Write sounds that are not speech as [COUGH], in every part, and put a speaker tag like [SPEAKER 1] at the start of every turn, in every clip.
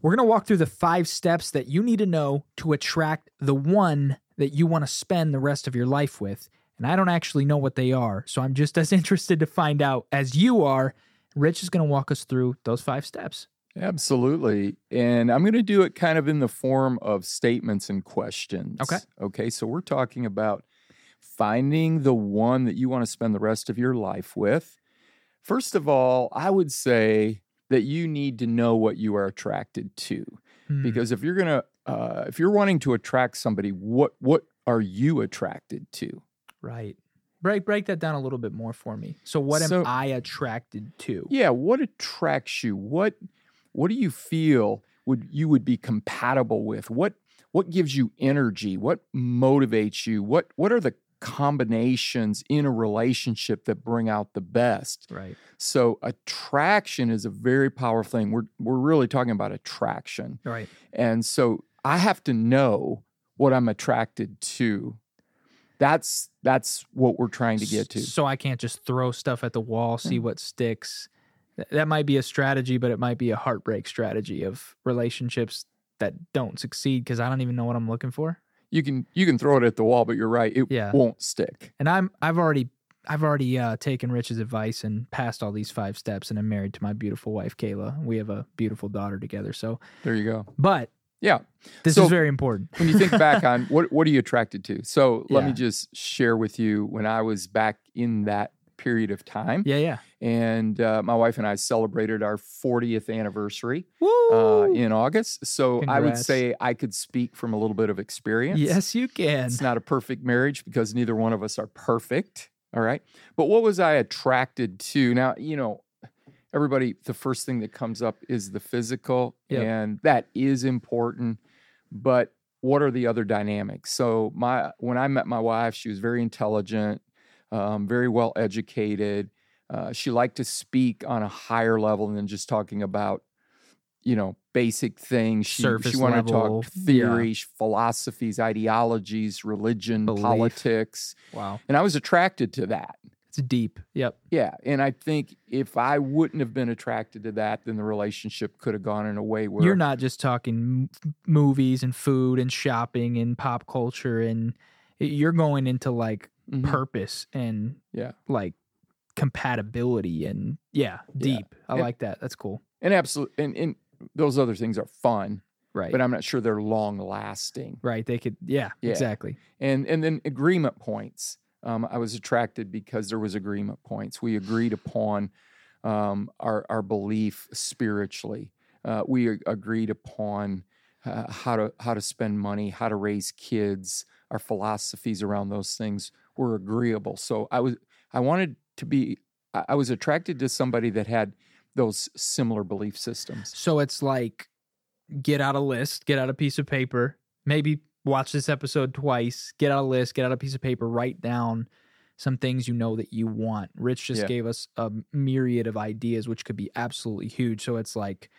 [SPEAKER 1] We're going to walk through the five steps that you need to know to attract the one that you want to spend the rest of your life with. And I don't actually know what they are, so I'm just [LAUGHS] as interested to find out as you are. Rich is going to walk us through those five steps.
[SPEAKER 2] Absolutely. And I'm going to do it kind of in the form of statements and questions.
[SPEAKER 1] Okay.
[SPEAKER 2] Okay. So we're talking about finding the one that you want to spend the rest of your life with. First of all, I would say that you need to know what you are attracted to
[SPEAKER 1] Hmm.
[SPEAKER 2] because if you're going to uh, if you're wanting to attract somebody, what what are you attracted to?
[SPEAKER 1] Right. Break break that down a little bit more for me. So what
[SPEAKER 2] So-
[SPEAKER 1] am I attracted to?
[SPEAKER 2] Yeah, what attracts you? What what do you feel would you would be compatible with? What what gives you energy? What motivates you? What what are the combinations in a relationship that bring out the best?
[SPEAKER 1] Right.
[SPEAKER 2] So attraction is a very powerful thing. We're we're really talking about attraction.
[SPEAKER 1] Right.
[SPEAKER 2] And so I have to know what I'm attracted to. That's that's what we're trying to Hmm. get to.
[SPEAKER 1] So I can't just throw stuff at the wall, see what sticks. Th- That might be a strategy, but it might be a heartbreak strategy of relationships that don't succeed because I don't even know what I'm looking for.
[SPEAKER 2] You can you can throw it at the wall, but you're right, it
[SPEAKER 1] Yeah.
[SPEAKER 2] won't stick.
[SPEAKER 1] And I'm I've already I've already uh, taken Rich's advice and passed all these five steps, and I'm married to my beautiful wife Kayla. We have a beautiful daughter together. So,
[SPEAKER 2] There you go.
[SPEAKER 1] but
[SPEAKER 2] Yeah.
[SPEAKER 1] this
[SPEAKER 2] So-
[SPEAKER 1] is very important.
[SPEAKER 2] When you think back
[SPEAKER 1] [LAUGHS]
[SPEAKER 2] on what what are you attracted to? So let me
[SPEAKER 1] Yeah.
[SPEAKER 2] just share with you when I was back in that period of time,
[SPEAKER 1] Yeah, yeah.
[SPEAKER 2] and uh, my wife and I celebrated our 40th anniversary uh,
[SPEAKER 1] Woo!
[SPEAKER 2] in August. So I would
[SPEAKER 1] Congrats.
[SPEAKER 2] say I could speak from a little bit of experience.
[SPEAKER 1] yes, you can.
[SPEAKER 2] It's not a perfect marriage because neither one of us are perfect. All right. But what was I attracted to? Now, you know, everybody, the first thing that comes up is the physical,
[SPEAKER 1] Yep.
[SPEAKER 2] and that is important. But what are the other dynamics? So, my when I met my wife, she was very intelligent, um, very well educated. Uh, she liked to speak on a higher level than just talking about, you know, basic things. She,
[SPEAKER 1] Surface
[SPEAKER 2] she wanted
[SPEAKER 1] level,
[SPEAKER 2] to talk
[SPEAKER 1] yeah.
[SPEAKER 2] theory, philosophies, ideologies, religion,
[SPEAKER 1] Belief.
[SPEAKER 2] politics.
[SPEAKER 1] Wow,
[SPEAKER 2] And I was attracted to that.
[SPEAKER 1] it's deep. Yep.
[SPEAKER 2] Yeah. And I think if I wouldn't have been attracted to that, then the relationship could have gone in a way where
[SPEAKER 1] You're not just talking m- movies and food and shopping and pop culture and you're going into like
[SPEAKER 2] Mhm.
[SPEAKER 1] purpose and
[SPEAKER 2] Yeah.
[SPEAKER 1] like compatibility and yeah,
[SPEAKER 2] Yeah.
[SPEAKER 1] deep. I
[SPEAKER 2] And-
[SPEAKER 1] like that. That's cool.
[SPEAKER 2] and absolutely and, and those other things are fun,
[SPEAKER 1] Right.
[SPEAKER 2] but I'm not sure they're long lasting.
[SPEAKER 1] right. They could yeah,
[SPEAKER 2] Yeah.
[SPEAKER 1] exactly.
[SPEAKER 2] And and then agreement points. Um, I was attracted because there was agreement points. We agreed upon um, our our belief spiritually. Uh, we a- agreed upon uh, how to how to spend money, how to raise kids. Our philosophies around those things were agreeable. So I was I wanted to be I I was attracted to somebody that had those similar belief systems.
[SPEAKER 1] So it's like get out a list, get out a piece of paper, maybe watch this episode twice, get out a list, get out a piece of paper, write down some things you know that you want. Rich just
[SPEAKER 2] Yeah.
[SPEAKER 1] gave us a myriad of ideas, which could be absolutely huge. So it's like,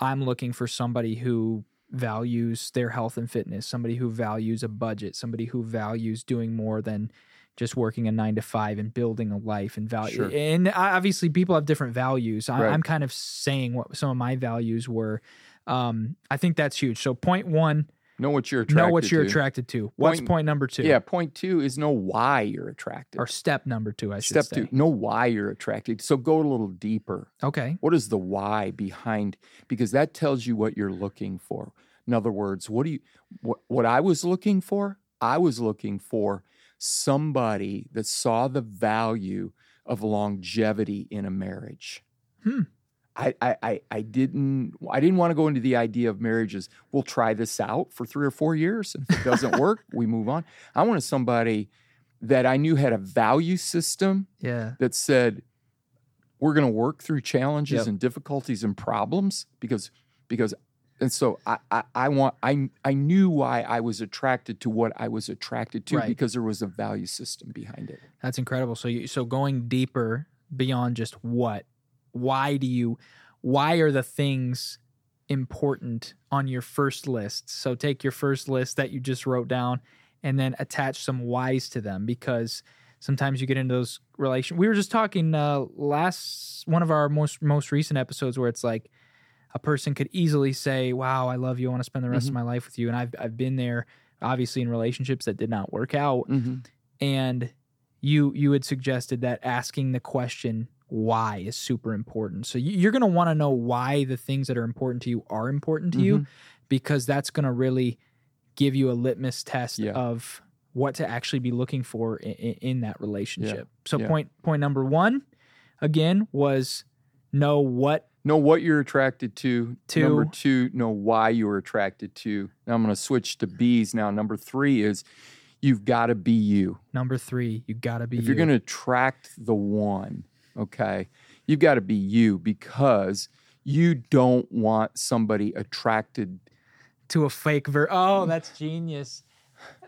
[SPEAKER 1] I'm looking for somebody who values their health and fitness, somebody who values a budget, somebody who values doing more than just working a nine to five and building a life and value.
[SPEAKER 2] Sure.
[SPEAKER 1] And I- obviously, people have different values. I,
[SPEAKER 2] Right.
[SPEAKER 1] I'm kind of saying what some of my values were. Um, I think that's huge. So, point one,
[SPEAKER 2] Know what you're attracted
[SPEAKER 1] know what you're
[SPEAKER 2] to.
[SPEAKER 1] attracted to. What's
[SPEAKER 2] Point-
[SPEAKER 1] point number two?
[SPEAKER 2] Yeah, point two is know why you're attracted.
[SPEAKER 1] Or step number two, I should
[SPEAKER 2] Step
[SPEAKER 1] say.
[SPEAKER 2] two, know why you're attracted. So go a little deeper.
[SPEAKER 1] Okay.
[SPEAKER 2] What is the why behind? Because that tells you what you're looking for. In other words, what do you what, what I was looking for? I was looking for somebody that saw the value of longevity in a marriage.
[SPEAKER 1] Hmm.
[SPEAKER 2] I, I, I, I didn't I didn't want to go into the idea of marriages. We'll try this out for three or four years, and if
[SPEAKER 1] [LAUGHS]
[SPEAKER 2] it doesn't work, we move on. I wanted somebody that I knew had a value system
[SPEAKER 1] Yeah.
[SPEAKER 2] that said we're going to work through challenges
[SPEAKER 1] Yep.
[SPEAKER 2] and difficulties and problems because because and so I, I I want I I knew why I was attracted to what I was attracted to
[SPEAKER 1] Right.
[SPEAKER 2] because there was a value system behind it.
[SPEAKER 1] That's incredible. So you so going deeper beyond just what, why do you, why are the things important on your first list? So take your first list that you just wrote down, and then attach some whys to them because sometimes you get into those relation. We were just talking uh, last one of our most most recent episodes where it's like a person could easily say, "Wow, I love you. I want to spend the rest of my life with you." And I've I've been there, obviously, in relationships that did not work out.
[SPEAKER 2] Mhm.
[SPEAKER 1] And you you had suggested that asking the question why is super important. So you, you're going to want to know why the things that are important to you are important to
[SPEAKER 2] Mm-hmm.
[SPEAKER 1] you, because that's going to really give you a litmus test
[SPEAKER 2] Yeah.
[SPEAKER 1] of what to actually be looking for in, in that relationship. So
[SPEAKER 2] Yeah.
[SPEAKER 1] point point number one again was know what
[SPEAKER 2] Know what you're attracted to.
[SPEAKER 1] Two.
[SPEAKER 2] Number two, know why you are attracted to. Now I'm going to switch to B's now. Number three is you've got to be you.
[SPEAKER 1] Number three, you gotta be.
[SPEAKER 2] if you're
[SPEAKER 1] you.
[SPEAKER 2] going to attract the one, okay, you've got to be you because you don't want somebody attracted.
[SPEAKER 1] to a fake ver, oh, that's genius.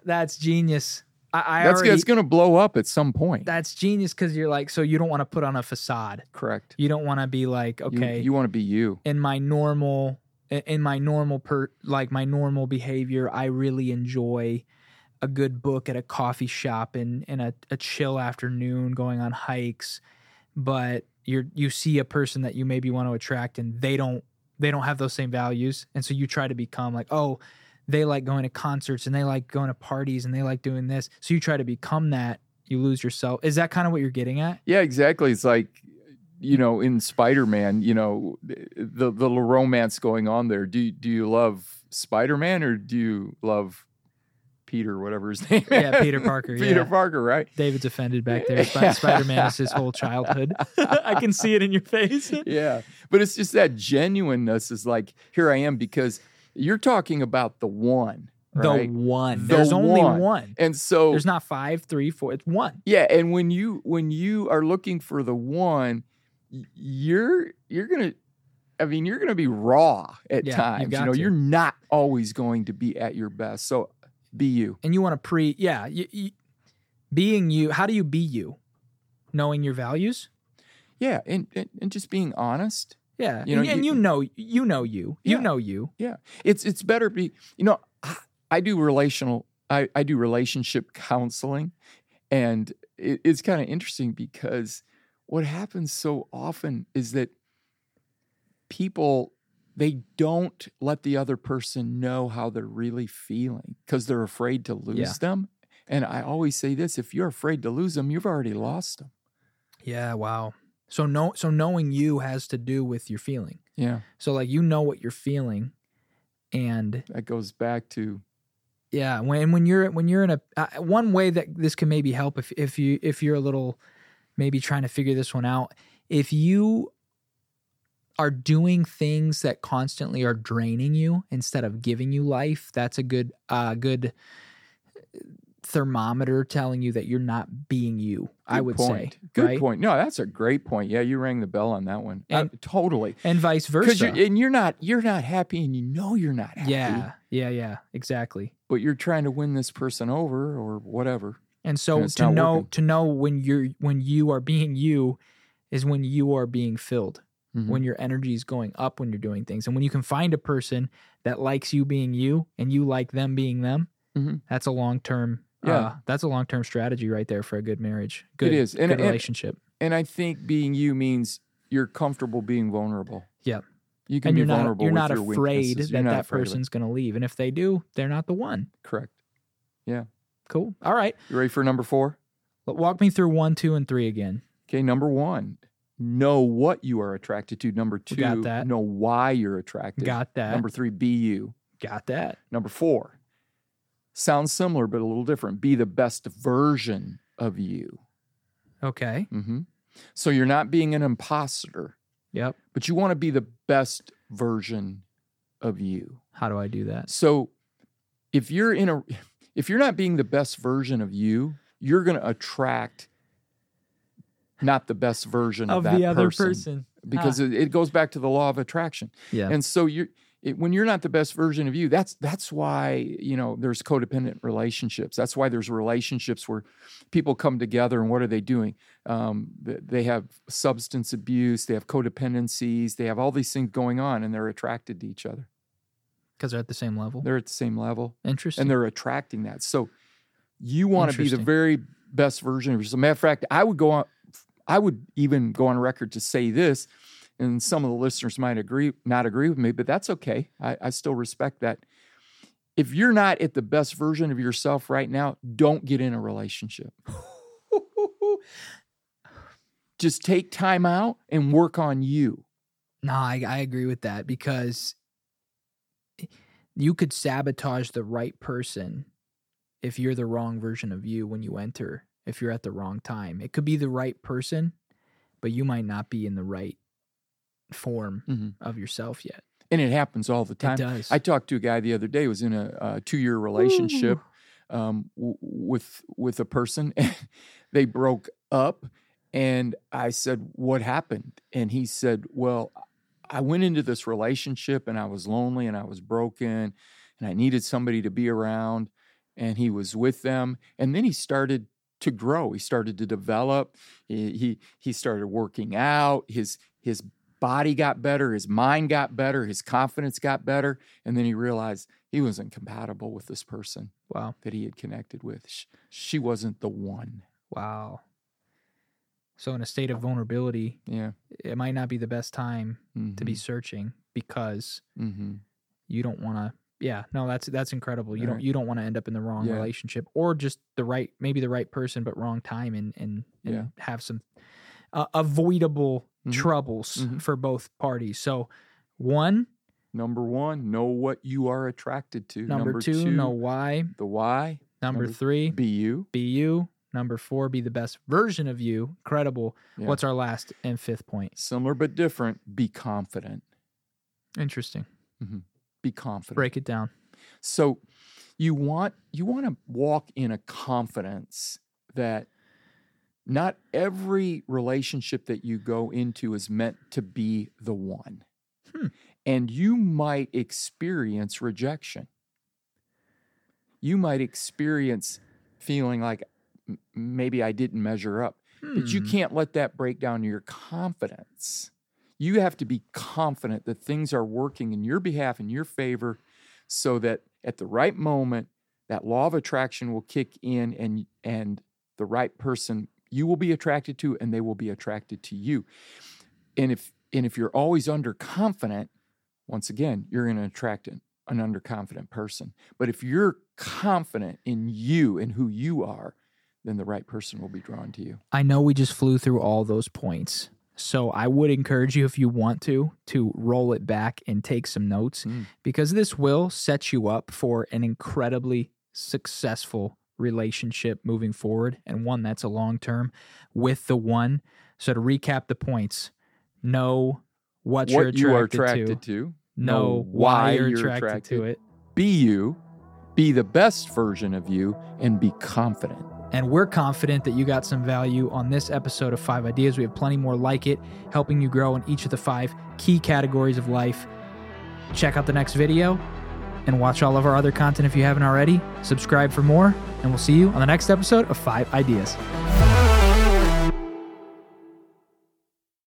[SPEAKER 1] That's genius. I, I
[SPEAKER 2] That's,
[SPEAKER 1] already,
[SPEAKER 2] that's going to blow up at some point.
[SPEAKER 1] that's genius because you're like, so you don't want to put on a facade.
[SPEAKER 2] Correct.
[SPEAKER 1] You don't want to be like,
[SPEAKER 2] You-
[SPEAKER 1] okay,
[SPEAKER 2] You, want to be you.
[SPEAKER 1] in my normal, in- in my normal per, like my normal behavior, I really enjoy a good book at a coffee shop and and a, a chill afternoon going on hikes, but you're you see a person that you maybe want to attract and they don't they don't have those same values and so you try to become like oh they like going to concerts and they like going to parties and they like doing this so you try to become that you lose yourself is that kind of what you're getting at
[SPEAKER 2] Yeah, exactly. It's like, you know, in Spider Man, you know, the, the little romance going on there. Do, you- do you love Spider Man or do you love Peter, whatever his [LAUGHS] name
[SPEAKER 1] Yeah,
[SPEAKER 2] is?
[SPEAKER 1] Peter Parker,
[SPEAKER 2] Peter
[SPEAKER 1] yeah.
[SPEAKER 2] Parker, right?
[SPEAKER 1] David's offended back
[SPEAKER 2] [LAUGHS]
[SPEAKER 1] there Sp- Spider Man is his whole childhood [LAUGHS] I can see it in your
[SPEAKER 2] [LAUGHS]
[SPEAKER 1] face
[SPEAKER 2] yeah. But it's just that genuineness is like, here I am, because you're talking about the one, right?
[SPEAKER 1] the one
[SPEAKER 2] The
[SPEAKER 1] there's only
[SPEAKER 2] one.
[SPEAKER 1] one
[SPEAKER 2] and so,
[SPEAKER 1] there's not five three four it's one
[SPEAKER 2] yeah. And when you when you are looking for the one, y- you're you're gonna. I mean, you're going to be raw at
[SPEAKER 1] Yeah, you
[SPEAKER 2] times. You
[SPEAKER 1] got
[SPEAKER 2] know,
[SPEAKER 1] to.
[SPEAKER 2] you're not always going to be at your best. So, be you.
[SPEAKER 1] and you want to pre yeah you, you, being you how do you be you knowing your values
[SPEAKER 2] Yeah, and and, and just being honest.
[SPEAKER 1] yeah
[SPEAKER 2] You know,
[SPEAKER 1] and, and
[SPEAKER 2] you-
[SPEAKER 1] you, know you know you
[SPEAKER 2] Yeah.
[SPEAKER 1] you know you
[SPEAKER 2] It's it's better be. You know, I, I do relational. I I do relationship counseling, and it, it's kind of interesting because what happens so often is that people they don't let the other person know how they're really feeling because they're afraid to lose
[SPEAKER 1] Yeah.
[SPEAKER 2] them. And I always say this: if you're afraid to lose them, you've already lost them.
[SPEAKER 1] yeah wow so no so knowing you has to do with your feeling
[SPEAKER 2] Yeah,
[SPEAKER 1] so like you know what you're feeling and
[SPEAKER 2] that goes back to
[SPEAKER 1] yeah when when you're when you're in a uh, one way that this can maybe help if if you if you're a little maybe trying to figure this one out if you are doing things that constantly are draining you instead of giving you life that's a good uh good thermometer telling you that you're not being you i
[SPEAKER 2] good
[SPEAKER 1] would
[SPEAKER 2] point.
[SPEAKER 1] say
[SPEAKER 2] Good
[SPEAKER 1] right?
[SPEAKER 2] point. No, that's a great point. Yeah, you rang the bell on that one. Uh,
[SPEAKER 1] And-
[SPEAKER 2] totally.
[SPEAKER 1] and vice
[SPEAKER 2] because
[SPEAKER 1] versa
[SPEAKER 2] you're and you're not you're not happy and you know you're not happy
[SPEAKER 1] yeah yeah yeah exactly
[SPEAKER 2] but you're trying to win this person over or whatever
[SPEAKER 1] And so
[SPEAKER 2] And it's
[SPEAKER 1] to
[SPEAKER 2] not
[SPEAKER 1] know
[SPEAKER 2] working.
[SPEAKER 1] to know when you're when you are being you is when you are being filled,
[SPEAKER 2] Mhm.
[SPEAKER 1] when your energy is going up when you're doing things. And when you can find a person that likes you being you and you like them being them,
[SPEAKER 2] Mhm.
[SPEAKER 1] that's a long term
[SPEAKER 2] Yeah.
[SPEAKER 1] uh, that's a long term strategy right there for a good marriage. Good,
[SPEAKER 2] it is and,
[SPEAKER 1] good
[SPEAKER 2] and,
[SPEAKER 1] relationship.
[SPEAKER 2] and i think being you means you're comfortable being vulnerable
[SPEAKER 1] Yeah.
[SPEAKER 2] you can
[SPEAKER 1] And
[SPEAKER 2] be
[SPEAKER 1] you're not
[SPEAKER 2] vulnerable
[SPEAKER 1] you're
[SPEAKER 2] with
[SPEAKER 1] not
[SPEAKER 2] your
[SPEAKER 1] afraid
[SPEAKER 2] weaknesses.
[SPEAKER 1] that
[SPEAKER 2] You're not
[SPEAKER 1] that
[SPEAKER 2] afraid of it.
[SPEAKER 1] person's gonna leave. And if they do, they're not the one.
[SPEAKER 2] correct
[SPEAKER 1] Cool. All right.
[SPEAKER 2] you ready for number four
[SPEAKER 1] Well, Walk me through one, two, and three again.
[SPEAKER 2] okay number one know what you are attracted to number two
[SPEAKER 1] We got that.
[SPEAKER 2] know why you're attracted
[SPEAKER 1] Got that.
[SPEAKER 2] number three be you
[SPEAKER 1] Got that.
[SPEAKER 2] number four sounds similar but a little different be the best version of you
[SPEAKER 1] Okay.
[SPEAKER 2] hmm So you're not being an imposter,
[SPEAKER 1] Yep.
[SPEAKER 2] but you want to be the best version of you.
[SPEAKER 1] How do I do that?
[SPEAKER 2] So if you're in a if you're not being the best version of you, you're going to attract not the best version of,
[SPEAKER 1] Of
[SPEAKER 2] that
[SPEAKER 1] the other
[SPEAKER 2] person,
[SPEAKER 1] person. Ah.
[SPEAKER 2] because it, it goes back to the law of attraction.
[SPEAKER 1] Yeah.
[SPEAKER 2] And so you it, when you're not the best version of you, that's that's why you know there's codependent relationships. That's why there's relationships where people come together and what are they doing? Um, th- they have substance abuse, they have codependencies, they have all these things going on, and they're attracted to each other.
[SPEAKER 1] because they're at the same level.
[SPEAKER 2] They're at the same level,
[SPEAKER 1] Interesting. [LAUGHS]
[SPEAKER 2] and they're attracting that. So you want to be the
[SPEAKER 1] Interesting.
[SPEAKER 2] very best version of yourself. Matter of fact, I would go on. I would even go on record to say this and some of the listeners might agree not agree with me, but that's okay. I, I still respect that. If you're not at the best version of yourself right now, don't get in a relationship. Just take time out and work on you.
[SPEAKER 1] No, I, I agree with that because you could sabotage the right person if you're the wrong version of you when you enter, if you're at the wrong time. It could be the right person, but you might not be in the right form
[SPEAKER 2] Mhm.
[SPEAKER 1] of yourself yet.
[SPEAKER 2] And it happens all the time.
[SPEAKER 1] It does.
[SPEAKER 2] I talked to a guy the other day who was in a, uh two-year relationship um, w- with with a person. [LAUGHS] they broke up, and I said, "What happened?" And he said, "Well, I went into this relationship, and I was lonely, and I was broken, and I needed somebody to be around." And he was with them, and then he started to grow. He started to develop. He he, he started working out. His his body got better. His mind got better. His confidence got better. And then he realized he wasn't compatible with this person
[SPEAKER 1] Wow.
[SPEAKER 2] that he had connected with. Sh- She wasn't the one.
[SPEAKER 1] Wow. So, in a state of vulnerability,
[SPEAKER 2] Yeah.
[SPEAKER 1] it might not be the best time to
[SPEAKER 2] Mm-hmm.
[SPEAKER 1] be searching because
[SPEAKER 2] hmm
[SPEAKER 1] you don't want to yeah no that's that's incredible you don't
[SPEAKER 2] Right.
[SPEAKER 1] you don't want to end up in the wrong
[SPEAKER 2] Yeah.
[SPEAKER 1] relationship or just the right maybe the right person but wrong time and and, and
[SPEAKER 2] Yeah.
[SPEAKER 1] have some uh, avoidable
[SPEAKER 2] Mhm.
[SPEAKER 1] troubles
[SPEAKER 2] Mhm.
[SPEAKER 1] for both parties so one
[SPEAKER 2] Number one, know what you are attracted to.
[SPEAKER 1] number, two, know why
[SPEAKER 2] the why.
[SPEAKER 1] number,
[SPEAKER 2] Number-
[SPEAKER 1] three
[SPEAKER 2] Be you.
[SPEAKER 1] be you number four be the best version of you incredible
[SPEAKER 2] Yeah.
[SPEAKER 1] what's our last and fifth point
[SPEAKER 2] Similar but different. Be confident.
[SPEAKER 1] interesting
[SPEAKER 2] Be confident.
[SPEAKER 1] break it down
[SPEAKER 2] So you want you want to walk in a confidence that not every relationship that you go into is meant to be the one.
[SPEAKER 1] Hmm.
[SPEAKER 2] And you might experience rejection. You might experience feeling like "M- maybe I didn't measure up. But you
[SPEAKER 1] Hmm.
[SPEAKER 2] can't let that break down your confidence. You have to be confident that things are working in your behalf, in your favor, so that at the right moment, that law of attraction will kick in and and the right person you will be attracted to and they will be attracted to you. And if and if you're always underconfident, once again, you're going to attract an, an underconfident person. But if you're confident in you and who you are, then the right person will be drawn to you.
[SPEAKER 1] I know we just flew through all those points. So I would encourage you, if you want to, to roll it back and take some notes
[SPEAKER 2] Mm.
[SPEAKER 1] because this will set you up for an incredibly successful relationship moving forward and one that's a long term with the one. So to recap the points, know what, you're
[SPEAKER 2] what
[SPEAKER 1] attracted,
[SPEAKER 2] you are attracted
[SPEAKER 1] to,
[SPEAKER 2] to,
[SPEAKER 1] know why you're attracted, to it.
[SPEAKER 2] Be you, be the best version of you, and be confident.
[SPEAKER 1] And we're confident that you got some value on this episode of Five Ideas. We have plenty more like it, helping you grow in each of the five key categories of life. Check out the next video and watch all of our other content if you haven't already. Subscribe for more, and we'll see you on the next episode of Five Ideas.